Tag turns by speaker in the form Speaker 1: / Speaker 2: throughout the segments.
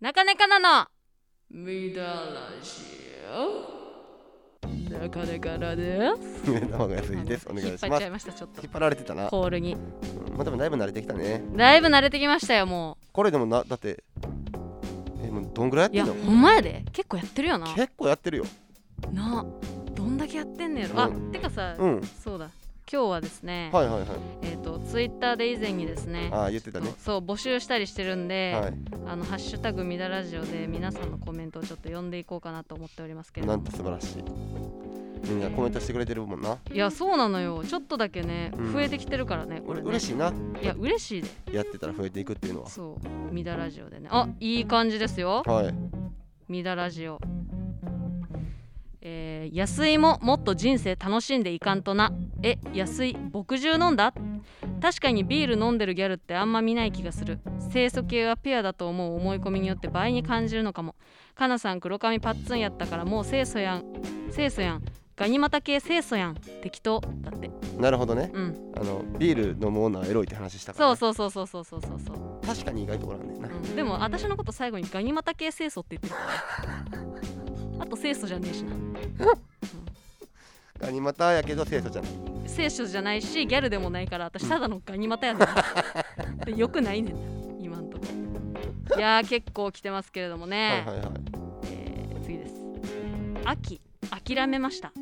Speaker 1: なかなかなの
Speaker 2: みだらしよなかなかなです
Speaker 3: 玉川すぎですお願
Speaker 1: 引
Speaker 3: い
Speaker 1: っ
Speaker 3: し
Speaker 1: 張っ
Speaker 3: ま
Speaker 1: ちゃ
Speaker 3: す
Speaker 1: いましたちょっと
Speaker 3: 引っ張られてたな
Speaker 1: コールに
Speaker 3: うんまあでもだいぶ慣れてきたね
Speaker 1: だいぶ慣れてきましたよも
Speaker 3: これでもなだってえもうどんぐらいう
Speaker 1: い
Speaker 3: や
Speaker 1: や
Speaker 3: って
Speaker 1: ほ
Speaker 3: ん
Speaker 1: んまやで結構やってるよな
Speaker 3: の結構やってるよ
Speaker 1: なあどんだけやってんねやろあ
Speaker 3: うん
Speaker 1: てかさ
Speaker 3: うん
Speaker 1: そうだ今日はですね、
Speaker 3: はいはいはい
Speaker 1: えっ、とツイッターで以前にですね
Speaker 3: ああ言ってたね
Speaker 1: そう募集したりしてるんで、
Speaker 3: はい
Speaker 1: あのハッシュタグみだラジオで皆さんのコメントをちょっと読んでいこうかなと思っておりますけれ
Speaker 3: な
Speaker 1: ど
Speaker 3: ん
Speaker 1: も
Speaker 3: と素晴らしいみんなコメントしてくれてるもんない
Speaker 1: やそうなのよちょっとだけね、
Speaker 3: うん
Speaker 1: 増えてきてるからねこ
Speaker 3: 俺
Speaker 1: れね
Speaker 3: 嬉しいない
Speaker 1: や嬉しいで
Speaker 3: やってたら増えていくっていうのは
Speaker 1: そうみだラジオでねあいい感じですよ
Speaker 3: はい
Speaker 1: みだラジオえー、安いももっと人生楽しんでいかんとなえ安い墨汁飲んだ確かにビール飲んでるギャルってあんま見ない気がする清楚系はペアだと思う思い込みによって倍に感じるのかもかなさん黒髪パッツンやったからもう清楚やん清楚やんガニ股系清楚やん適当だって
Speaker 3: なるほどね
Speaker 1: うん
Speaker 3: あのビール飲む女はエロいって話したから
Speaker 1: そう
Speaker 3: ね
Speaker 1: そうそうそうそうそうそうそう、
Speaker 3: 確かに意外とおらんねんな
Speaker 1: うん、でも私のこと最後にガニ股系清楚って言ってるからあと清楚じゃねえしな
Speaker 3: ガニ股やけど清楚じゃない
Speaker 1: 聖書じゃないしギャルでもないから私ただのガニ股やねんでよくないねんな今んとこいやー結構来てますけれどもね、
Speaker 3: はいはいはい
Speaker 1: えー次です秋諦めました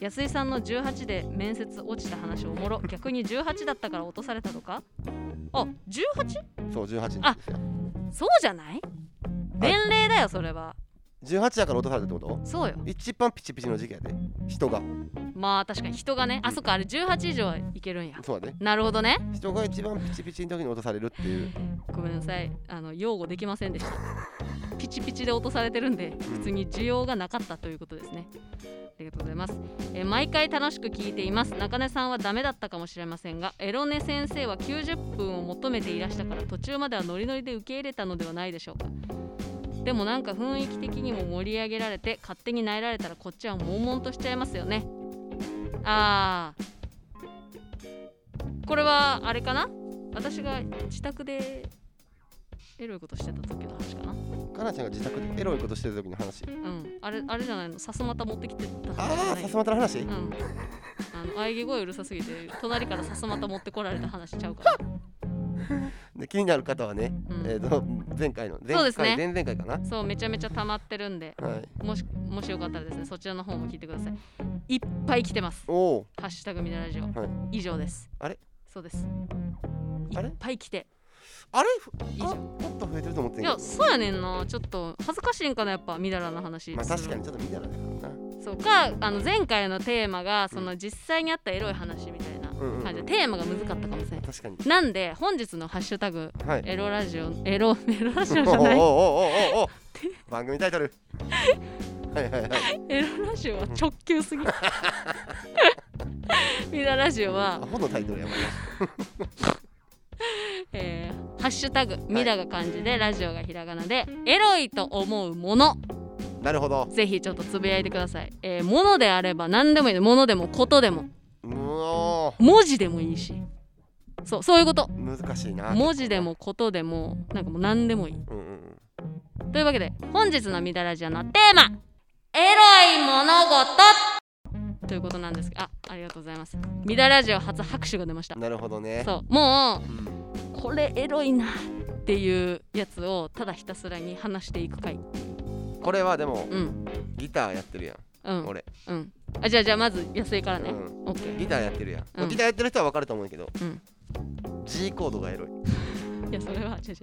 Speaker 1: 安井さんの18で面接落ちた話おもろ逆に18だったから落とされたとかあ 18?
Speaker 3: そう18
Speaker 1: あ
Speaker 3: ですよ
Speaker 1: そうじゃない年齢だよそれは
Speaker 3: 18やから落とされたってこと
Speaker 1: そうよ
Speaker 3: 一番ピチピチの時期やで人が
Speaker 1: まあ確かに人がねあそっかあれ18以上はいけるんや
Speaker 3: そうだね
Speaker 1: なるほどね
Speaker 3: 人が一番ピチピチの時に落とされるっていう
Speaker 1: ごめんなさいあの擁護できませんで したピチピチで落とされてるんで普通に需要がなかったということですねありがとうございます、えー毎回楽しく聞いています中根さんはダメだったかもしれませんがエロネ先生は90分を求めていらしたから途中まではノリノリで受け入れたのではないでしょうかでもなんか雰囲気的にも盛り上げられて勝手に萎えられたらこっちは悶々としちゃいますよねあーこれはあれかな私が自宅でエロいことしてた時の話かな
Speaker 3: かなちゃんが自宅でエロいことしてる時の話
Speaker 1: うんあれあれじゃないのさすまた持ってきてた話じゃ
Speaker 3: ああ
Speaker 1: ない
Speaker 3: さすまたの話、
Speaker 1: うんあの喘ぎ声うるさすぎて隣からさすまた持ってこられた話ちゃうから、
Speaker 3: で気になる方はね、
Speaker 1: うん
Speaker 3: えー、と前回の前
Speaker 1: そう
Speaker 3: 回
Speaker 1: ですね
Speaker 3: 前々回かな
Speaker 1: そうめちゃめちゃ溜まってるんで
Speaker 3: はい
Speaker 1: もしもしよかったらですねそちらの方も聞いてくださいいっぱい来てます
Speaker 3: おお
Speaker 1: ハッシュタグみなラジオ、
Speaker 3: はい
Speaker 1: 以上です
Speaker 3: あれ
Speaker 1: そうですい
Speaker 3: あれ
Speaker 1: っぱい来て
Speaker 3: あれ
Speaker 1: いいじゃ
Speaker 3: あ
Speaker 1: ん
Speaker 3: もっと増えてると思ってん
Speaker 1: い
Speaker 3: けど
Speaker 1: やそうやねんなちょっと恥ずかしいんかなやっぱみだらな話
Speaker 3: まあ確か
Speaker 1: に
Speaker 3: にちょっと見たらだからな
Speaker 1: そうかあの前回のテーマがその実際にあったエロい話みたいな
Speaker 3: うんうんうん
Speaker 1: 感じでテーマが難かったかもしれない
Speaker 3: 確かに
Speaker 1: なんで本日のハッシュタグ
Speaker 3: はい
Speaker 1: エロラジオエ ロエロラジ
Speaker 3: お
Speaker 1: オ
Speaker 3: お
Speaker 1: じゃない
Speaker 3: おおおお お番組タイトルはいはいはい
Speaker 1: エロラジオは直球すぎ みんなラジオ
Speaker 3: ア
Speaker 1: は、
Speaker 3: ホのタイトルやもんね
Speaker 1: えーハッシュタグみだが漢字でラジオがひらがなでエロいと思うもの
Speaker 3: なるほど
Speaker 1: ぜひちょっとつぶやいてください、えー、ものであれば何でもいいものでもことでも
Speaker 3: うおー
Speaker 1: 文字でもいいしそうそういうこと
Speaker 3: 難しいな
Speaker 1: 文字でもことでもなんかもう何でもいい
Speaker 3: うんうんうん
Speaker 1: というわけで本日の「みだらじゃのテーマ「エロい物事」ということなんですがあありがとうございますみだらじオ初拍手が出ました
Speaker 3: なるほどね
Speaker 1: そうも
Speaker 3: うん
Speaker 1: うこれエロいなっていうやつをただひたすらに話していく回
Speaker 3: これはでも
Speaker 1: うん
Speaker 3: ギターやってるやん、
Speaker 1: うん
Speaker 3: 俺、
Speaker 1: うんあじゃあじゃあまず安いからね、
Speaker 3: う
Speaker 1: オッケー
Speaker 3: ギターやってるやん、
Speaker 1: うん
Speaker 3: ギターやってる人は分かると思うけど、
Speaker 1: うん
Speaker 3: G コードがエロい
Speaker 1: いやそれは違う違う違う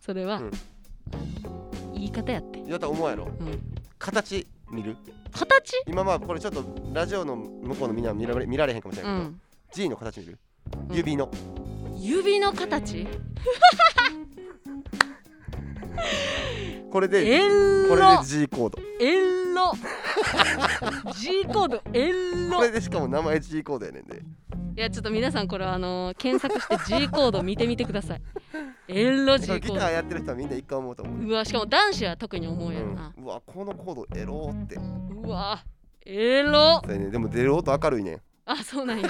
Speaker 1: それは、
Speaker 3: うん
Speaker 1: 言い方やって
Speaker 3: やったら思うやろ、
Speaker 1: ん
Speaker 3: 形見る
Speaker 1: 形
Speaker 3: 今まあこれちょっとラジオの向こうのみんなは見られ見られへんかもしれ
Speaker 1: う
Speaker 3: ないけど、
Speaker 1: ん
Speaker 3: G の形見る
Speaker 1: うん
Speaker 3: 指の、
Speaker 1: 指の形
Speaker 3: これで
Speaker 1: エロ
Speaker 3: これで G コード
Speaker 1: エロ G コードエロ
Speaker 3: これでしかも名前 G コードやねんで
Speaker 1: いやちょっと皆さんこれはあのー検索して G コード見てみてください。エロ
Speaker 3: だ
Speaker 1: G
Speaker 3: からギ
Speaker 1: コ
Speaker 3: タ
Speaker 1: ー
Speaker 3: ー
Speaker 1: ド。
Speaker 3: やってる人はみんな一回思うと思う、
Speaker 1: うわしかも男子は特に思うやろな。
Speaker 3: うんうわこのコードエローって
Speaker 1: うわエロ
Speaker 3: それねでも出る音明るいねん
Speaker 1: あそうなんや。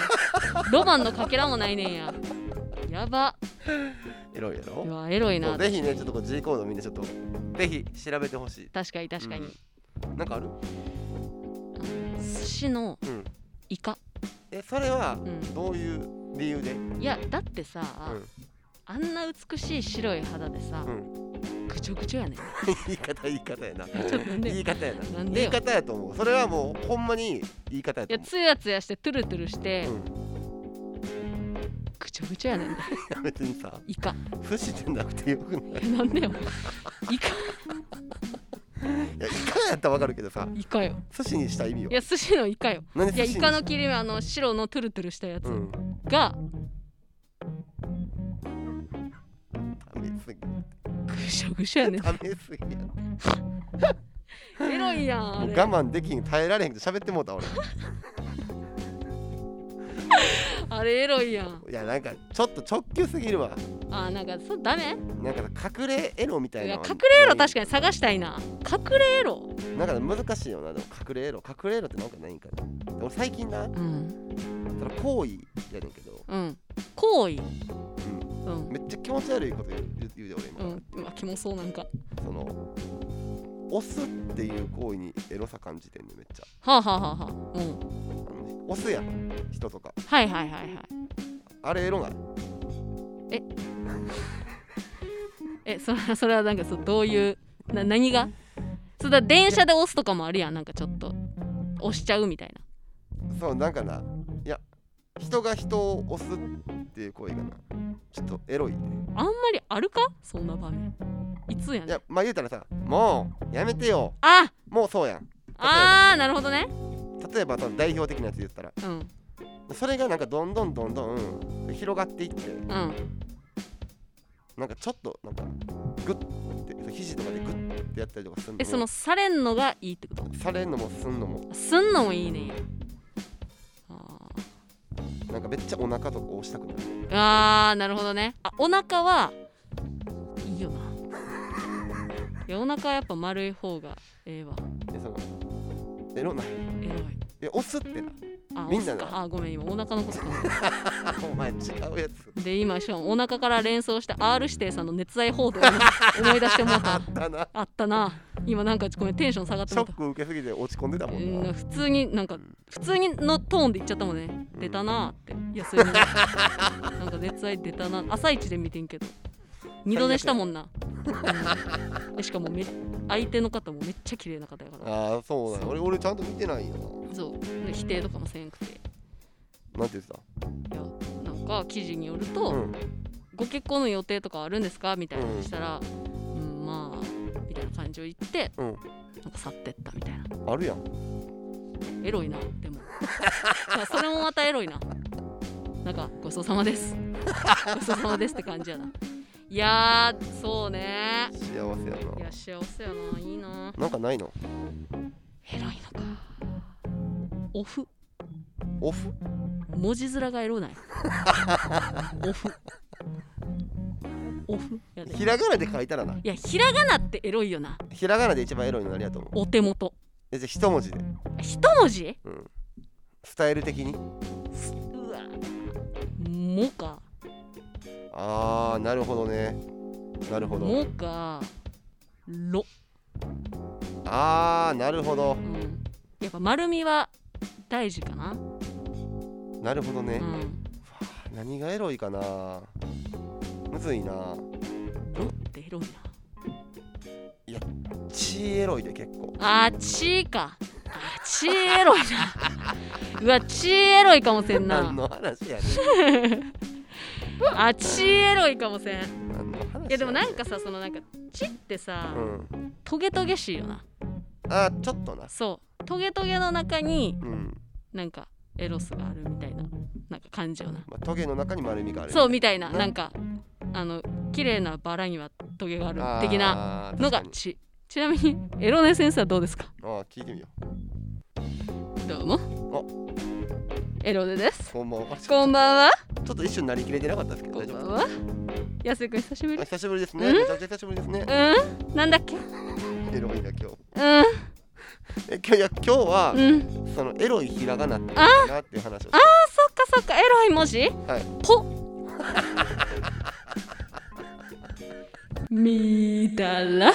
Speaker 1: ロマンのかけらもないねんや。やば
Speaker 3: エロいやろ
Speaker 1: うわエロい
Speaker 3: そ
Speaker 1: な
Speaker 3: うぜひねちょっとこう G コードみんなちょっとぜひ調べてほしい
Speaker 1: 確かに確かに、
Speaker 3: なんかある
Speaker 1: 寿司の
Speaker 3: うん
Speaker 1: イカ、
Speaker 3: えそれは
Speaker 1: う
Speaker 3: どういう理由で
Speaker 1: ん、いやだってさ、
Speaker 3: ん
Speaker 1: あんな美しい白い肌でさ、
Speaker 3: うん
Speaker 1: ぐちょぐちょやねん
Speaker 3: 言い方言い方やな
Speaker 1: ちょっとね
Speaker 3: 言い方やな
Speaker 1: なんで
Speaker 3: 言い
Speaker 1: よ
Speaker 3: 方やと思うそれはもうほんまに言い方や
Speaker 1: い
Speaker 3: と
Speaker 1: や
Speaker 3: 思う
Speaker 1: つやつやしてトゥルトゥルして、
Speaker 3: うん
Speaker 1: ぐちょぐちょやねん
Speaker 3: いや別にさ
Speaker 1: イ カ
Speaker 3: 寿司じゃなくてよくない
Speaker 1: なんでよイカ
Speaker 3: いやイカやったらわかるけどさ
Speaker 1: イカよ
Speaker 3: 寿司にした意味よ
Speaker 1: いや寿司のイカよ
Speaker 3: 何
Speaker 1: い
Speaker 3: 寿
Speaker 1: や
Speaker 3: 司に
Speaker 1: イカの切り身あの白のトゥルトゥルしたやつ
Speaker 3: うん
Speaker 1: が、
Speaker 3: 食べ過ぎ
Speaker 1: ぐしょぐしょやねん
Speaker 3: 食べ過ぎやも
Speaker 1: エロいやんあ
Speaker 3: う
Speaker 1: れ
Speaker 3: 我慢できん耐えられへんけど喋ってもうた俺
Speaker 1: あれエロいやん
Speaker 3: いやなんかちょっと直球すぎるわ
Speaker 1: あなんかそうダメ
Speaker 3: なんかさ隠れエロみたい
Speaker 1: い
Speaker 3: な
Speaker 1: や
Speaker 3: のは
Speaker 1: 隠れエロ確かに探したいな隠れエロ
Speaker 3: なんか難しいよなでも隠れエロ隠れエロってなんかないんかな俺最近な
Speaker 1: うん
Speaker 3: それ行為やねんけど、
Speaker 1: うん行為
Speaker 3: う
Speaker 1: うん
Speaker 3: ん、めっちゃ気持ち悪いこと言う言うで俺今、
Speaker 1: うんうわキモそうなんかは
Speaker 3: その押すっていう行為にエロさ感じてんねんめっちゃ
Speaker 1: あ、はあはあはあ、うん
Speaker 3: あの押すやん人とか
Speaker 1: はいはいはいはい
Speaker 3: あれエロない
Speaker 1: えそ れそれはなんかそうどういうな何がそうだ電車で押すとかもあるやんなんかちょっと押しちゃうみたいな
Speaker 3: そうなんかないや人が人を押すっていう行為がなちょっとエロいね
Speaker 1: あんまりあるかそんな場面いつや
Speaker 3: い
Speaker 1: ねん
Speaker 3: やまあ言うたらさもうやめてよ
Speaker 1: あ
Speaker 3: もうそうやん
Speaker 1: あーなるほどね
Speaker 3: 例えばその代表的なやつ言ったら
Speaker 1: うん
Speaker 3: それがなんかどんどんどんどん広がっていって
Speaker 1: うん
Speaker 3: なんかちょっとなんかグッてその肘とかでグッてやったりとかするのも
Speaker 1: えそのされんのがいいってこと
Speaker 3: されんのもすんのも
Speaker 1: すんのもいいねんやあ
Speaker 3: なんかめっちゃお腹とか押したくなる
Speaker 1: ーあーなるほどねあお腹はいいよないやお腹はやっぱ丸い方がええわ
Speaker 3: えそのエロない
Speaker 1: エロい
Speaker 3: え押すってな
Speaker 1: あ
Speaker 3: みんな
Speaker 1: 押す
Speaker 3: な
Speaker 1: かあごめん今お腹のこと考えてた
Speaker 3: お前違うやつ
Speaker 1: で今しかもお腹から連想した R 指定さんの熱愛報道を思い出してもう
Speaker 3: あ
Speaker 1: た
Speaker 3: ったな
Speaker 1: あったな今なんかごめんテンション下がって
Speaker 3: シ
Speaker 1: も
Speaker 3: ョ
Speaker 1: うた
Speaker 3: ック受けすぎて落ち込んでたも
Speaker 1: うんん
Speaker 3: な
Speaker 1: 普通になんか普通にのトーンで言っちゃったもんね、
Speaker 3: うん
Speaker 1: 出たなーっていやそ れなんか熱愛出たな朝一で見てんけど二度寝したもんな、うんでしかもめ相手の方もめっちゃ綺麗な方やから
Speaker 3: ああそうだ
Speaker 1: そう
Speaker 3: 俺俺ちゃんと見てないよ
Speaker 1: そうで否定とかもせんくてい
Speaker 3: ななんて言って
Speaker 1: やなんか記事による
Speaker 3: た
Speaker 1: と、
Speaker 3: うん
Speaker 1: ご結婚の予定とかあるんですかみたいなのしたら、うんまあみたいな感じを言って
Speaker 3: うん
Speaker 1: なんか去ってったみたいな
Speaker 3: あるやん
Speaker 1: エロいなでも いやそれもまたエロいななんかごちそうさまです ごちそうさまですって感じやないやーそうね
Speaker 3: 幸せ
Speaker 1: い
Speaker 3: や
Speaker 1: や
Speaker 3: な
Speaker 1: 幸せやないいな
Speaker 3: なんかないの
Speaker 1: エロいのかオフ
Speaker 3: オフ
Speaker 1: 文字面がエロ ないオフオフやでい
Speaker 3: ひらがなで書いたらな
Speaker 1: やひらがなってエロいよな
Speaker 3: ひらがなで一番エロいのなりやと思う
Speaker 1: お手元
Speaker 3: えじゃあ一文字で
Speaker 1: 一文字
Speaker 3: うんスタイル的に
Speaker 1: うわもか
Speaker 3: ああなるほどねなるほど
Speaker 1: もかろ、
Speaker 3: ああなるほど
Speaker 1: うん、やっぱ丸みは大事かな、
Speaker 3: なるほど
Speaker 1: う
Speaker 3: ね、
Speaker 1: ん、
Speaker 3: 何がエロいかなむずいな
Speaker 1: ろってエロい
Speaker 3: 血エロいで結構
Speaker 1: なあーちーかあーちーエ ロいなうわちーエロいかもせん
Speaker 3: 何
Speaker 1: な
Speaker 3: の話やね
Speaker 1: あちーエロいかもせんい
Speaker 3: ん何の話やね
Speaker 1: やでもなんかさそのなんかちってさ、
Speaker 3: うん
Speaker 1: トゲトゲしいよな
Speaker 3: あーちょっとな
Speaker 1: そうトゲトゲの中に
Speaker 3: うん
Speaker 1: なんかエロスがあるみたいななんか感じよな
Speaker 3: まあ、トゲの中に丸みがある
Speaker 1: そうみたいな
Speaker 3: ね
Speaker 1: なんかあの綺麗なバラにはトゲがあ
Speaker 3: あ
Speaker 1: る的な
Speaker 3: な
Speaker 1: のがちちなみにエロネセンスはどうですか
Speaker 3: あー聞いてみよ
Speaker 1: どうもエロネです
Speaker 3: うこんばんはちょ
Speaker 1: こんばんは
Speaker 3: っと一瞬なりきれてなかったですけど
Speaker 1: こん
Speaker 3: 大丈
Speaker 1: ば
Speaker 3: 夫
Speaker 1: ん
Speaker 3: です
Speaker 1: は安井くん久しぶり
Speaker 3: あ久しぶりです
Speaker 1: うん
Speaker 3: ねめちゃくちゃ久しぶりですね
Speaker 1: うんなんだっけ
Speaker 3: エロいな今日
Speaker 1: うん
Speaker 3: え今日いや今日は、
Speaker 1: うん
Speaker 3: そのエロいひらがなって
Speaker 1: あ
Speaker 3: なっていう話を
Speaker 1: あそっかそっかエロい文字
Speaker 3: はい
Speaker 1: こみだら